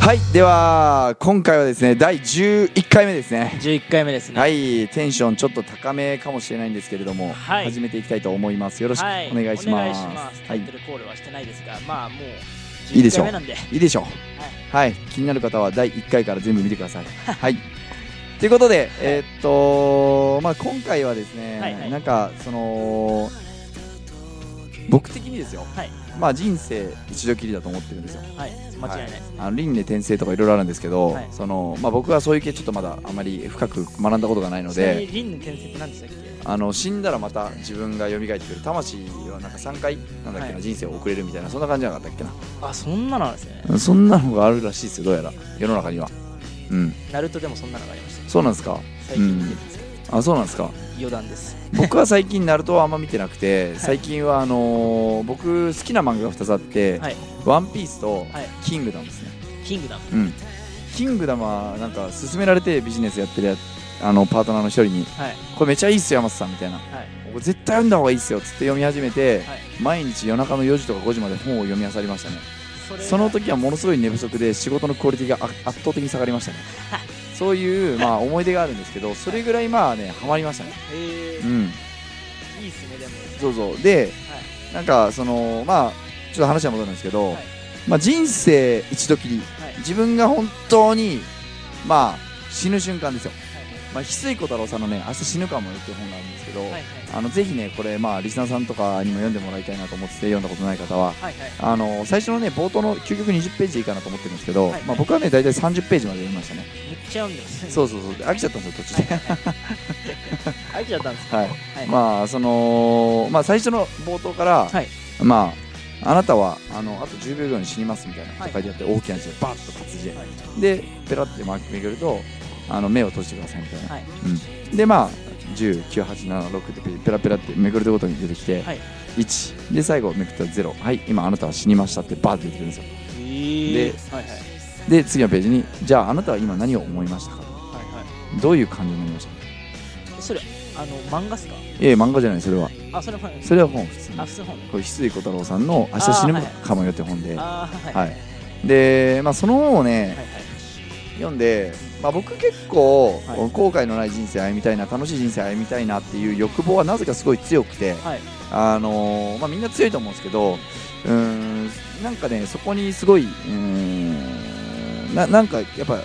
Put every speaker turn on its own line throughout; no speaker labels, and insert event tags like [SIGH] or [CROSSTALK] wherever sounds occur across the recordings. はいでは今回はですね第11回目ですね
11回目ですね、
はいテンションちょっと高めかもしれないんですけれども、
はい
始めていきたいと思いますよろしくお
はい
願いします,、
お願いしますタ
はい
イトルコールはしてないですが、まあもう
いいでし
11
ょう
回目なんで
いいでしょうはい、気になる方は第1回から全部見てくだ
[LAUGHS]
さいはいということで、えーっとまあ、今回はですね、
はいはい
なんかその僕的にですよ、
はい
まあ、人生一度きりだと思ってるんですよ
はい間違いないですね、
あの輪廻転生とかいろいろあるんですけど、
はい
そのまあ、僕はそういう系ちょっとまだあまり深く学んだことがないの
ちな
で
みに輪廻転生って何でしたっけ
あの死んだらまた自分が蘇ってくる魂はなんか3回なんだっけな、
はい
人生を送れるみたいなそんな感じじゃなかったっけ
あそんなのなんですね
なそんなのがあるらしいですよどうやら世の中にはうん
ナルトでもそんなのがありました
そうなんですか
最近見てるんですけど、
あそうなん
[LAUGHS]
ですか
余談です
僕は最近ナルトはあんま見てなくて最近はあのー僕好きな漫画が2つあって
はい
「ワンピースと
はい
「キングダム」ですね
キングダム
うん、キングダムはなんか勧められてビジネスやってるやあのパートナーの一人に
はい
「これめちゃいいっすよ山瀬さん」みたいな
はい
「これ絶対読んだ方がいいっすよ」っつって読み始めて、
はい
毎日夜中の4時とか5時まで本を読み漁りましたね
それが
その時はものすごい寝不足で仕事のクオリティがあ圧倒的に下がりましたねそういう、まあ、思い出があるんですけどそれぐらいまあねハマりましたね
え
う
ー
ん
いいっすねでも
そうそうで、なんかそのまあちょっと話は戻るんですけど、
はい
まあ、人生一度きり
はい
自分が本当にまあ死ぬ瞬間ですよ、まあ、翡翠小太郎さんのね「明日死ぬかもよ」っていう本があるんですけど、
はいはい
あのぜひねこれまあリスナーさんとかにも読んでもらいたいなと思ってて読んだことない方は
はいはい
あの最初のね冒頭の究極20ページでいいかなと思ってるんですけど、
はいはい
まあ、僕はね大体30ページまで読みましたね、
めっちゃ読んでます
そううそうそうで飽きちゃったんですよ途
はい
中で
はいはい飽きちゃったんです
はい、
はい
まあそのまあ最初の冒頭から、
はい
まああなたはあのあと10秒後に死にますみたいな
はい
書いてあって大きな字でバーッと活字で
はい
でペラッてめぐるとあの目を閉じてくださいみたいな、
はい
うん、でまあ10986でペラペラってめぐるとごとに出てきて、
はい
1で最後めくったら0はい今あなたは死にましたってバーって出てくるんですよ
えー
で
はいはい
で次のページにじゃああなたは今何を思いましたか
はいはい
どういう感情になりましたか
それあの漫画っすか
いやいや漫画じゃないそれは
あそれ本
それは本普通に
あ普通本
これ翡翠小太郎さんの「明日死ぬかもよ」って本で、
あーはい
は
はいい
で、まあ、その本をね、
はい
読んで、まあ、僕結構、
はい
後悔のない人生歩みたいな楽しい人生歩みたいなっていう欲望はなぜかすごい強くて、
はい
あのーまあ、みんな強いと思うんですけどうーんなんかねそこにすごいうーんななんかやっぱ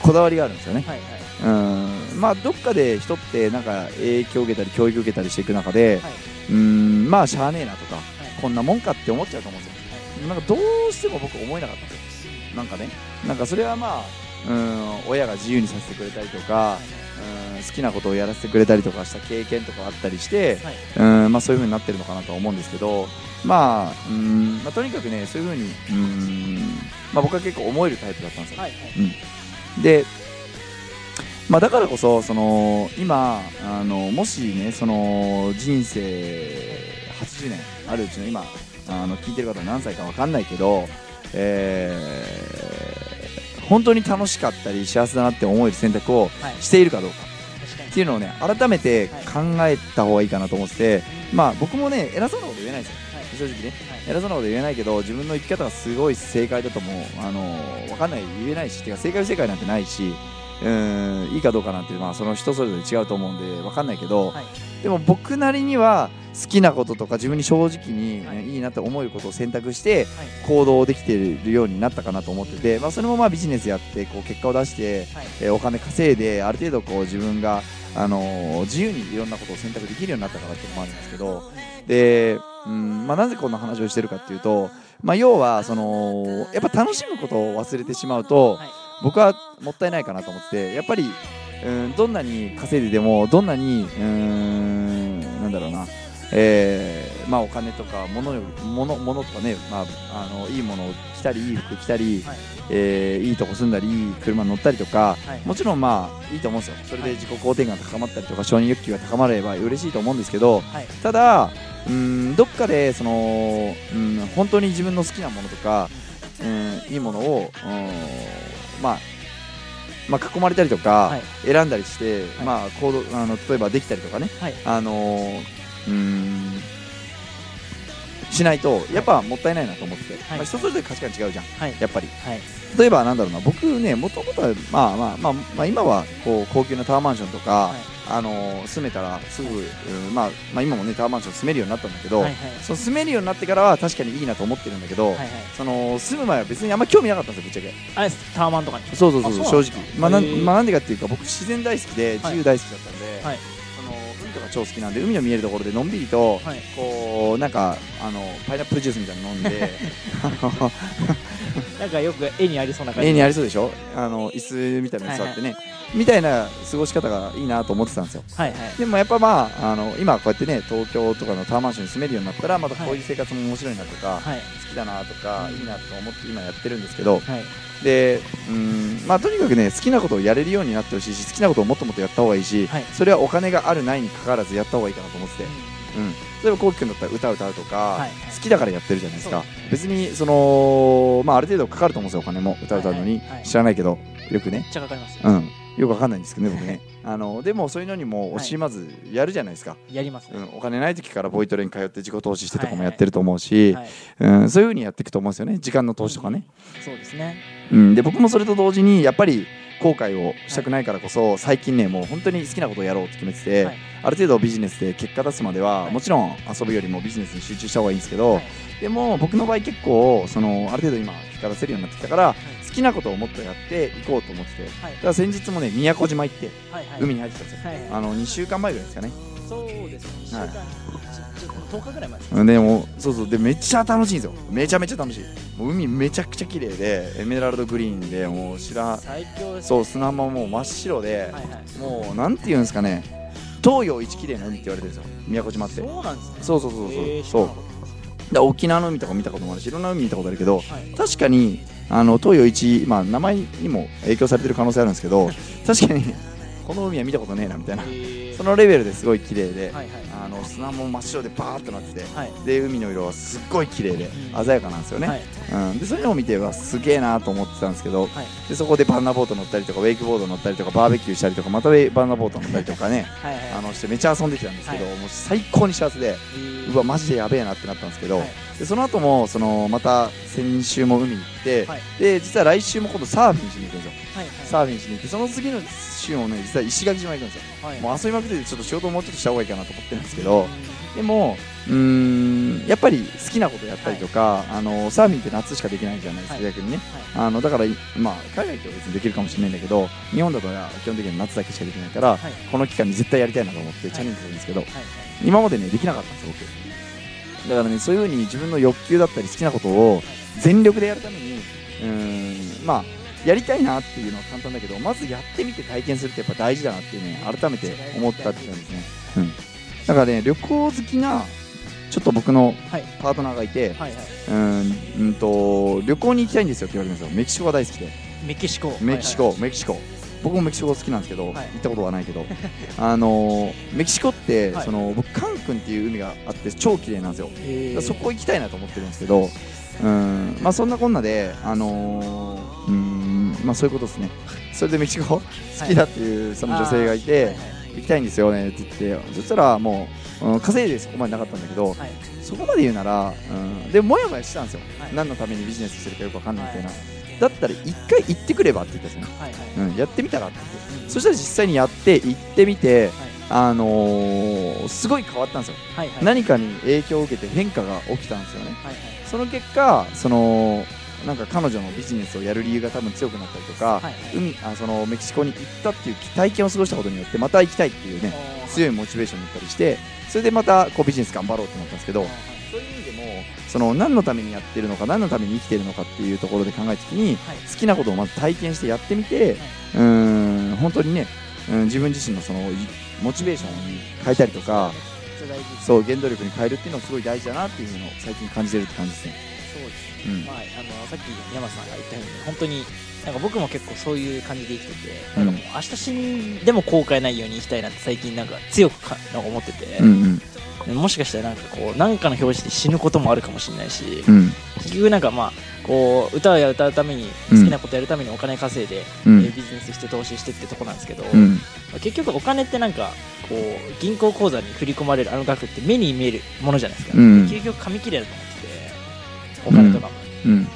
こだわりがあるんですよね
はいはい
うんまあどっかで人ってなんか影響を受けたり教育を受けたりしていく中で、
はいう
ーんまあしゃあねえなとか、
い
こんなもんかって思っちゃうと思うんですよ、なんかどうしても僕思えなかったんですよなんかねなんかそれはまあうん親が自由にさせてくれたりとかうん好きなことをやらせてくれたりとかした経験とかあったりして
はい
うん、まあ、そういう風になってるのかなとは思うんですけど、まあうんまあ、とにかくねそういう風にうん、まあ、僕は結構思えるタイプだったんですよ
はいはい
で、まあ、だからこそその今あのもしねその人生80年あるうちの今あの聞いてる方は何歳か分かんないけど、えー本当に楽しかったり幸せだなって思える選択を
はい
しているかどうか
確かに
っていうのをね改めて考えた方がいいかなと思ってて、
あ
まあ僕もね偉そうなこと言えないですよ
はい
正直ね
はい
偉そうなこと言えないけど自分の生き方がすごい正解だともう、あの分かんない言えないしてか正解不正解なんてないしうーんいいかどうかなんて、まあ、その人それぞれ違うと思うんで分かんないけど、
はい
でも僕なりには好きなこととか自分に正直に、
はい
い、いなって思えることを選択して
はい
行動できているようになったかなと思ってて、まあ、それもまあビジネスやってこう結果を出して、
はい
えーお金稼いである程度こう自分が、あのー自由にいろんなことを選択できるようになったからっていうのもあるんですけどで、うんまあ、なぜこんな話をしてるかっていうと、まあ、要はそのやっぱ楽しむことを忘れてしまうと
はい
僕はもったいないかなと思っててやっぱり、うん、どんなに稼いででもどんなにうんなんだろうなえーまあ、お金とか物より物物とかね、まあ、あのいいものを着たりいい服着たり、
はい
えーいいとこ住んだりいい車乗ったりとか、
はい
もちろんまあいいと思うんですよそれで自己肯定感が高まったりとか承認欲求が高まれば嬉しいと思うんですけど、
はい
ただうんどっかでそのうん本当に自分の好きなものとかうんいいものをうんまあまあ、囲まれたりとか、
はい
選んだりして、
はい
まあ、行動あの例えばできたりとかね、
はい
あのーうーんしないとやっぱもったいないなと思ってて、
はい
まあ、人それぞれ価値観違うじゃん
はい
やっぱり
はい
例えばなんだろうな僕ねもともとはまあまあまあ、まあ、今はこう高級なタワーマンションとか、
はい
あのー住めたらすぐ、うんまあ、まあ今もねタワーマンション住めるようになったんだけど、
はいはい
その住めるようになってからは確かにいいなと思ってるんだけど、
はいはい
その住む前は別にあんま興味なかったんですよぶっちゃ
あれですタワマンとかに
けそうそうそう
あそうなん
正
だ
直まあなん,、
へー
まあ、なんでかっていうか僕自然大好きで
はい
自由大好きだったんで、
はい
その海とか超好きなんで海の見えるところでのんびりと、
はい
こうなんかあのパイナップルジュースみたいなの飲ん
[LAUGHS]
で [LAUGHS] あの
なんかよく絵にありそうな感じ
家にありそうでしょあの椅子みたいなの座ってね、みたいな過ごし方がいいなと思ってたんですよ
はいはい
でもやっぱまああの今こうやってね東京とかのタワーマンションに住めるようになったらまたこういう生活も面白いなとか、
はい
好きだなとかいいなと思って今やってるんですけど
はい
でうんまあとにかくね好きなことをやれるようになってほしいし好きなことをもっともっとやった方がいいし、
はい
それはお金があるないにかかわらずやった方がいいかなと思ってて、うん、例えばこうきくんだったら歌歌うとか、
はい
好きだからやってるじゃないですか
そ
別にその、まあ、ある程度かかると思うんですよお金も歌歌うのに、
はいはいはい
知らないけどよくね
めっちゃかかりますよ
うんよくわかんないんですけど
[LAUGHS]
ね僕ねあのでもそういうのにも惜しまずやるじゃないですか、
やりますね
うん、お金ない時からボイトレに通って自己投資してとか
はい
も
はい
やってると思うし、
はい
うん、そういうふうにやっていくと思うんですよね時間の投資とかね、
そうですね
うん、で僕もそれと同時にやっぱり後悔をしたくないからこそ、最近ねもう本当に好きなことをやろうって決めてて、
はい
ある程度ビジネスで結果出すまでは、
はい
もちろん遊ぶよりもビジネスに集中した方がいいんですけど、
はい
でも僕の場合結構そのある程度今結果出せるようになってきたから、
い
好きなことをもっとやっていこうと思っててだ
はい
から先日もね宮古島行って
はいはい
海に入ってたんですよ、
はい
あの2週間前ぐらいですかね
そうですね一週間
はい
ちょちょ10日ぐらい前です
でもそうそうでめっちゃ楽しいんですよめちゃめちゃ楽しいもう海めちゃくちゃ綺麗でエメラルドグリーンでもう白
最強です
そう砂浜も真っ白で、
はいはい
もうなんていうんですかね東洋一綺麗な海って言われてるんですよ宮古島って
そうなんですね
そうそうそうそう、
えー知ら
そ
な
う
かったです
で沖縄の海とかも見たこともあるしいろんな海見たことあるけど
はい
確かにあの東洋一、まあ、名前にも影響されてる可能性あるんですけ
[LAUGHS]
ど確かにこの海は見たことねえなみたいな
えー
そのレベルですごい綺麗で、
はいはい
あの砂も真っ白でバーっとなってて
はい
で海の色はすっごい綺麗で
うん
鮮やかなんですよね、
はい
うん、でそういうのを見てはすげえなと思ってたんですけど
はい
でそこでバンナーボート乗ったりとかウェイクボード乗ったりとかバーベキューしたりとかまたウェイバンナーボート乗ったりとかね
はいはい
あのしてめっちゃ遊んできたんですけど、
は
もう最高に幸せで
えー
うわマジでやべえなってなったんですけど、
はい
でその後もそのまた先週も海に行って、
はい
で実は来週も今度サーフィンしに行くんですよ、
はいはい
サーフィンしに行ってその次の週もね実は石垣島行くんですよ、
はい
もう遊びまくっててちょっと仕事もうちょっとした方がいいかなと思ってるんですけど、
うん
でもうーんやっぱり好きなことやったりとか、あのサーフィンって夏しかできないじゃないですか、
はい
逆にね
はい
あのだから、まあ、海外では別にできるかもしれないんだけど日本だと基本的には夏だけしかできないから、
はい
この期間に絶対やりたいなと思って
い
チャレンジするんですけど、
はい
今までねできなかったんです僕だからねそういうふうに自分の欲求だったり好きなことを全力でやるためにうーんまあやりたいなっていうのは簡単だけどまずやってみて体験するってやっぱ大事だなっていうね改めて思ったっていうのですね、うん、だからね旅行好きなちょっと僕の
はい
パートナーがいて、
はいはいう
ーんうんと旅行に行きたいんですよって言われるんですよメキシコが大好きで
メキシコ
メキシコ、メキシコ僕もメキシコ好きなんですけど、行
い
ったことはないけ
[LAUGHS]
どあのーメキシコって、
はい
その僕カンクンっていう海があって超綺麗なんですよ、
えー
そこ行きたいなと思ってるんですけどうんまあそんなこんなであのーうんまあそういうことです
[LAUGHS]
ねそれでメキシコ好きだっていうその女性がいて、
はいはい
行きたいんですよねって言ってそしたらもう、うん稼いでそこまでなかったんだけど
はい
そこまで言うなら、うん、でもやもやしてたんですよ、
はい
何のためにビジネスしてるかよくわかんないみたいな、
はい
だったら一回行ってくればって言ったんですよ
はいはい
うん、やってみたらってそしたら実際にやって行ってみて、あのーすごい変わったんですよ、
はいはい
何かに影響を受けて変化が起きたんですよね
はい
その結果そのなんか彼女のビジネスをやる理由が多分強くなったりとか、
はいはい
海あそのメキシコに行ったっていう体験を過ごしたことによってまた行きたいっていうね
はい
強いモチベーションになったりしてそれでまたこうビジネス頑張ろうってなったんですけど、
はい
そういう意味でもその何のためにやってるのか何のために生きてるのかっていうところで考えた時に
はい
好きなことをまず体験してやってみて、うーん本当にね、うん、自分自身のそのいモチベーションに変えたりとか
めっちゃ大事です
そう原動力に変えるっていうのはすごい大事だなっていうのを最近感じてるって感じですね、
そうですね
うん
まああのさっき山さんが言ったように本当になんか僕も結構そういう感じで生きてて
う
なんんかもう明日死んでも後悔ないように生きたいなって最近なんか強くかなんか思ってて
うんうん
もしかしたらなんかこうなんかの表紙で死ぬこともあるかもしれないし
うん
結局なんかまあここう歌や歌うため
う
に好
ん
きなことやるためにお金稼いで、
う
えー
ん
ビジネスして投資してってとこなんですけど、
うん
結局お金ってなんかこう銀行口座に振り込まれるあの額って目に見えるものじゃないですか、
うん
結局紙切れだと思っててお金とかも、
うん
あの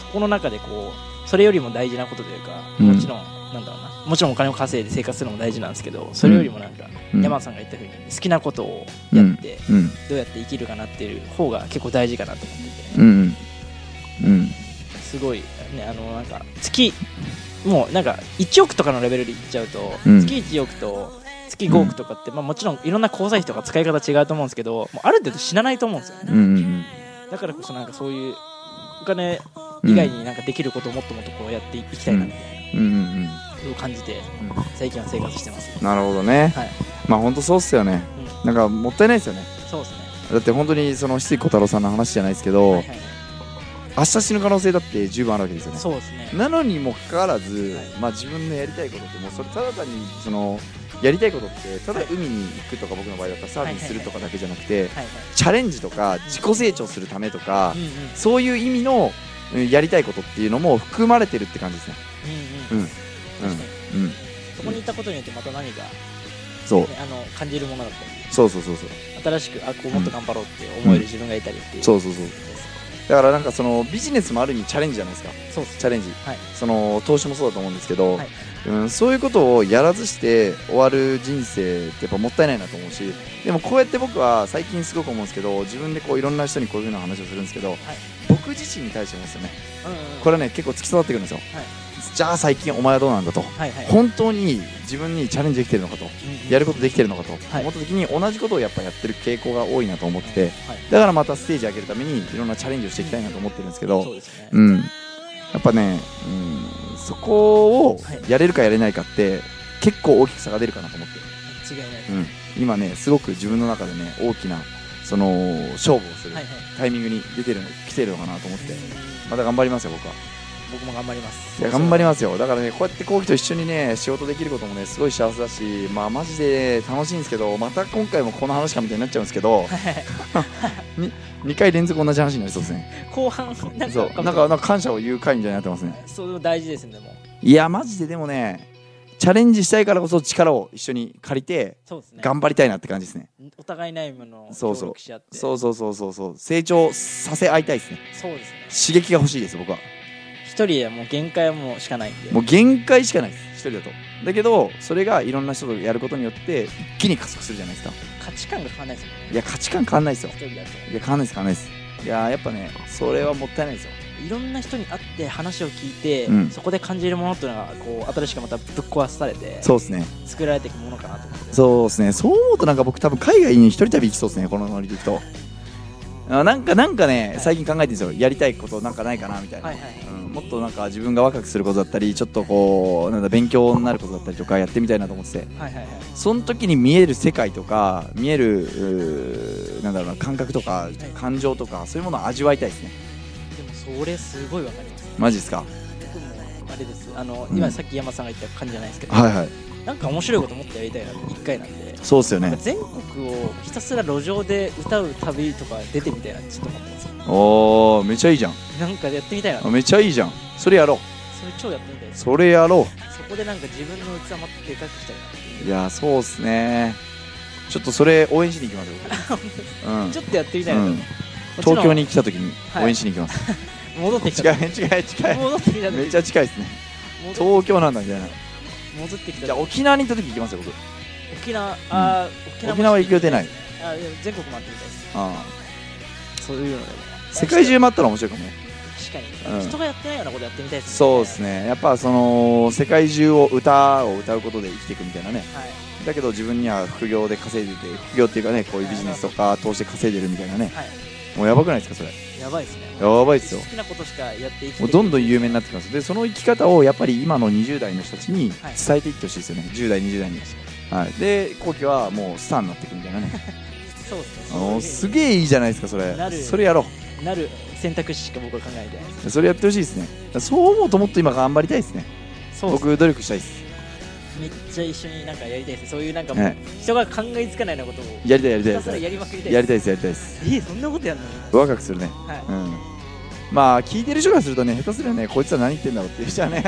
そこの中でこうそれよりも大事なことというか、
うん
もちろんなんだろうなもちろんお金を稼いで生活するのも大事なんですけどそれよりもなんか、
うん
山田さんが言ったふうに好きなことをやって、
うん
どうやって生きるかなっていう方が結構大事かなと思って
うんうんうん
てすごいねあのなんか月もうなんか1億とかのレベルでいっちゃうと、
うん
月1億と月5億とかって、まあ、もちろんいろんな交際費とか使い方違うと思うんですけどもうある程度死なないと思うんですよね
うんうん
だからこそなんかそういうお金
うん
以外になんかできることをもっともっとこうやっていきたいなみたい
うんうん
なことを感じて
う
最近は生活してますね
んなるほどね
はい、
まあ本当そうっすよね
うん、
なんかもったいないですよね
そうですね
だって本当にその翡翠小太郎さんの話じゃないですけど、
はいはい
明日死ぬ可能性だって十分あるわけですよね
そうですね
なのにもかかわらず、
はい
まあ、自分のやりたいことってもうそれただ単にそのやりたいことってただ海に行くとか僕の場合だったらサーフィンするとかだけじゃなくて
はい
チャレンジとか自己成長するためとか
はいうんうん
そういう意味のうんやりたいことっていうのも含まれてるって感じですね。
うんうん
うん
確かに
うん、うん、
そこに行ったことによってまた何か、ね、
そう
あの感じるものだった
そうそうそうそう
り新しくあこうもっと頑張ろうって思える自分がいたりっていう、
そううそうそうだからなんかそのビジネスもある意味チャレンジじゃないですか
そうです
チャレンジ、
はい
その投資もそうだと思うんですけど、
はい
うん、そういうことをやらずして終わる人生ってやっぱもったいないなと思うしでもこうやって僕は最近すごく思うんですけど自分でこういろんな人にこういうふうな話をするんですけど、僕自身に対してもですよね
うんうん
これはね結構突き刺さってくるんですよ、
はい
じゃあ最近お前はどうなんだと
はいはい
本当に自分にチャレンジできてるのかとやる
る
ことできてるのかと
はい
思った時に同じことをやっぱやってる傾向が多いなと思ってて
はい
だからまたステージ上げるためにいろんなチャレンジをしていきたいなと思ってるんですけど
そうですね、
うん、やっぱね、うん、そこを
はい
やれるかやれないかって結構大きく差が出るかなと思って
違いない
る、うん、今ねすごく自分の中でね大きなその勝負をする
はいはい
タイミングに出てるの来てるのかなと思って
うん
また頑張りますよ僕は
僕も頑張ります
いや頑張り
ま
ますよだからねこうやってコウキと一緒にね仕事できることもねすごい幸せだしまあマジで楽しいんですけどまた今回もこの話かみたいになっちゃうんですけど2回連続同じ話になりそうですね
後半なんか
そうなんかなんか感謝を言う回みたいになってますね
そう大事ですねでも
いやマジででもねチャレンジしたいからこそ力を一緒に借りて
そうですね
頑張りたいなって感じですね
お互いないものを
そう
協
そう
力し合って
そううそうそうそうそう成長させ合いたいですね
そうですね
刺激が欲しいです僕は
一人はもう限界はもうしかないんで
もう限界しかないです一人だとだけどそれがいろんな人とやることによって一気に加速するじゃないですか
価値観が変わらないですもんね
いや価値観変わんないですよ
一人だと
いや変わんないです変わんないですいややっぱねそれはもったいないですよ
いろんな人に会って話を聞いて、
うん
そこで感じるものっていうのがこう新しくまたぶっ壊されて
そうですね
作られていくものかなと思って
そうですねそう思うとなんか僕多分海外に一人旅行きそうですねこのノリで行くとあなんかなんかね最近考えてるんですよやりたいことなんかないかなみたいな、
はいはいはい
うんもっとなんか自分が若くすることだったりちょっとこうなんだ勉強になることだったりとかやってみたいなと思ってて
はいはいはい
その時に見える世界とか見えるうーなんだろうな感覚とか感情とかそういうものを味わいたいですね
でもそれすごいわかります
マジですか
僕もあれですあの、
うん
今さっき山さんが言った感じじゃないですけど、
はいはい
なんか面白いこともっとやりたいなって一回なんで
そうですよ
なんか
ね
全国をひたすら路上で歌う旅とか出てみたいなってちょっと思ってます
おーめちゃいいじゃん
なんかやってみたいなそれ
めちゃいいじゃんそれやろう
超やってみたいです
それやろ
そこでなんか自分の器もっとでかくしたいなって
ういやそうっすねちょっとそれ応援しに行き
[LAUGHS]
ますよ僕うん
ちょっとやってみたいなと、
うん
もちろん
東京に来た時に
はい
応援しに行きます、
戻ってき
[LAUGHS] 近
た
い近い近い
戻ってきた時
めっちゃ近いですね
戻
東京なんだみたいな
戻ってきた
じゃあ沖縄に行った時行きますよ僕
沖縄あー沖縄も
沖縄行く予定ない
あいや全国回ってみたいです
あ
そういうのでも
あ世界中回ったら面白いかもね
確かに、
うん
人がやってないようなことやってみたいですね
そうですねやっぱその世界中を歌を歌うことで生きていくみたいなね
はい
だけど自分には副業で稼いでて副業っていうかねこういうビジネスとか投資で稼いでるみたいなね
はい
もうやばくないですかそれ
やばいですね
やばいっすよ
好きなことしかやっていき
もうどんどん
う
有名になってきますでその生き方をやっぱり今の20代の人たちに
はい
伝えていってほしいですよね、10代20代に、はい、で後期はもうスターになっていくみたいなね
[LAUGHS] そうですね
おーすげえいいじゃないですかそれ
なる
それやろ
なる選択肢しか僕は考えてないです
うそれやってほしいですねそう思うともっと今頑張りたいですね
そうです
僕努力したいです
めっちゃ一緒になんかやりたいですそういうなんか
はい
人が考えつかないようなことを
やりたいやり
ひ
たいや
た
り
す
た
ら
い
やりまくりたい
や
で
り
す
たいですやりたいです
えーそんなことやんの
若くするね
はい
うんまあ聞いてる人からするとね下手すりゃねこいつは何言ってんだろうっていう人はね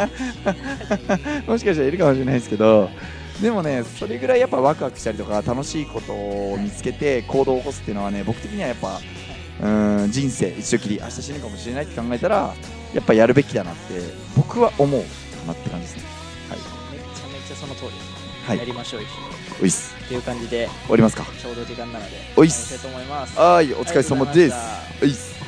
[LAUGHS] もしかしたらいるかもしれないですけどでもねそれぐらいやっぱワクワクしたりとか楽しいことを見つけて行動を起こすっていうのはね僕的にはやっぱうーん人生一度きり明日死ぬかもしれないって考えたらやっぱやるべきだなって僕は思うかなって感じですねはい
めちゃめちゃその通りですね、
はい
やりましょう一緒に
おいっす
っていう感じで
終わりますか
ちょうど時間なので
おいっす
終わりたいと思います
はーいお疲れ様です
あ
おいっす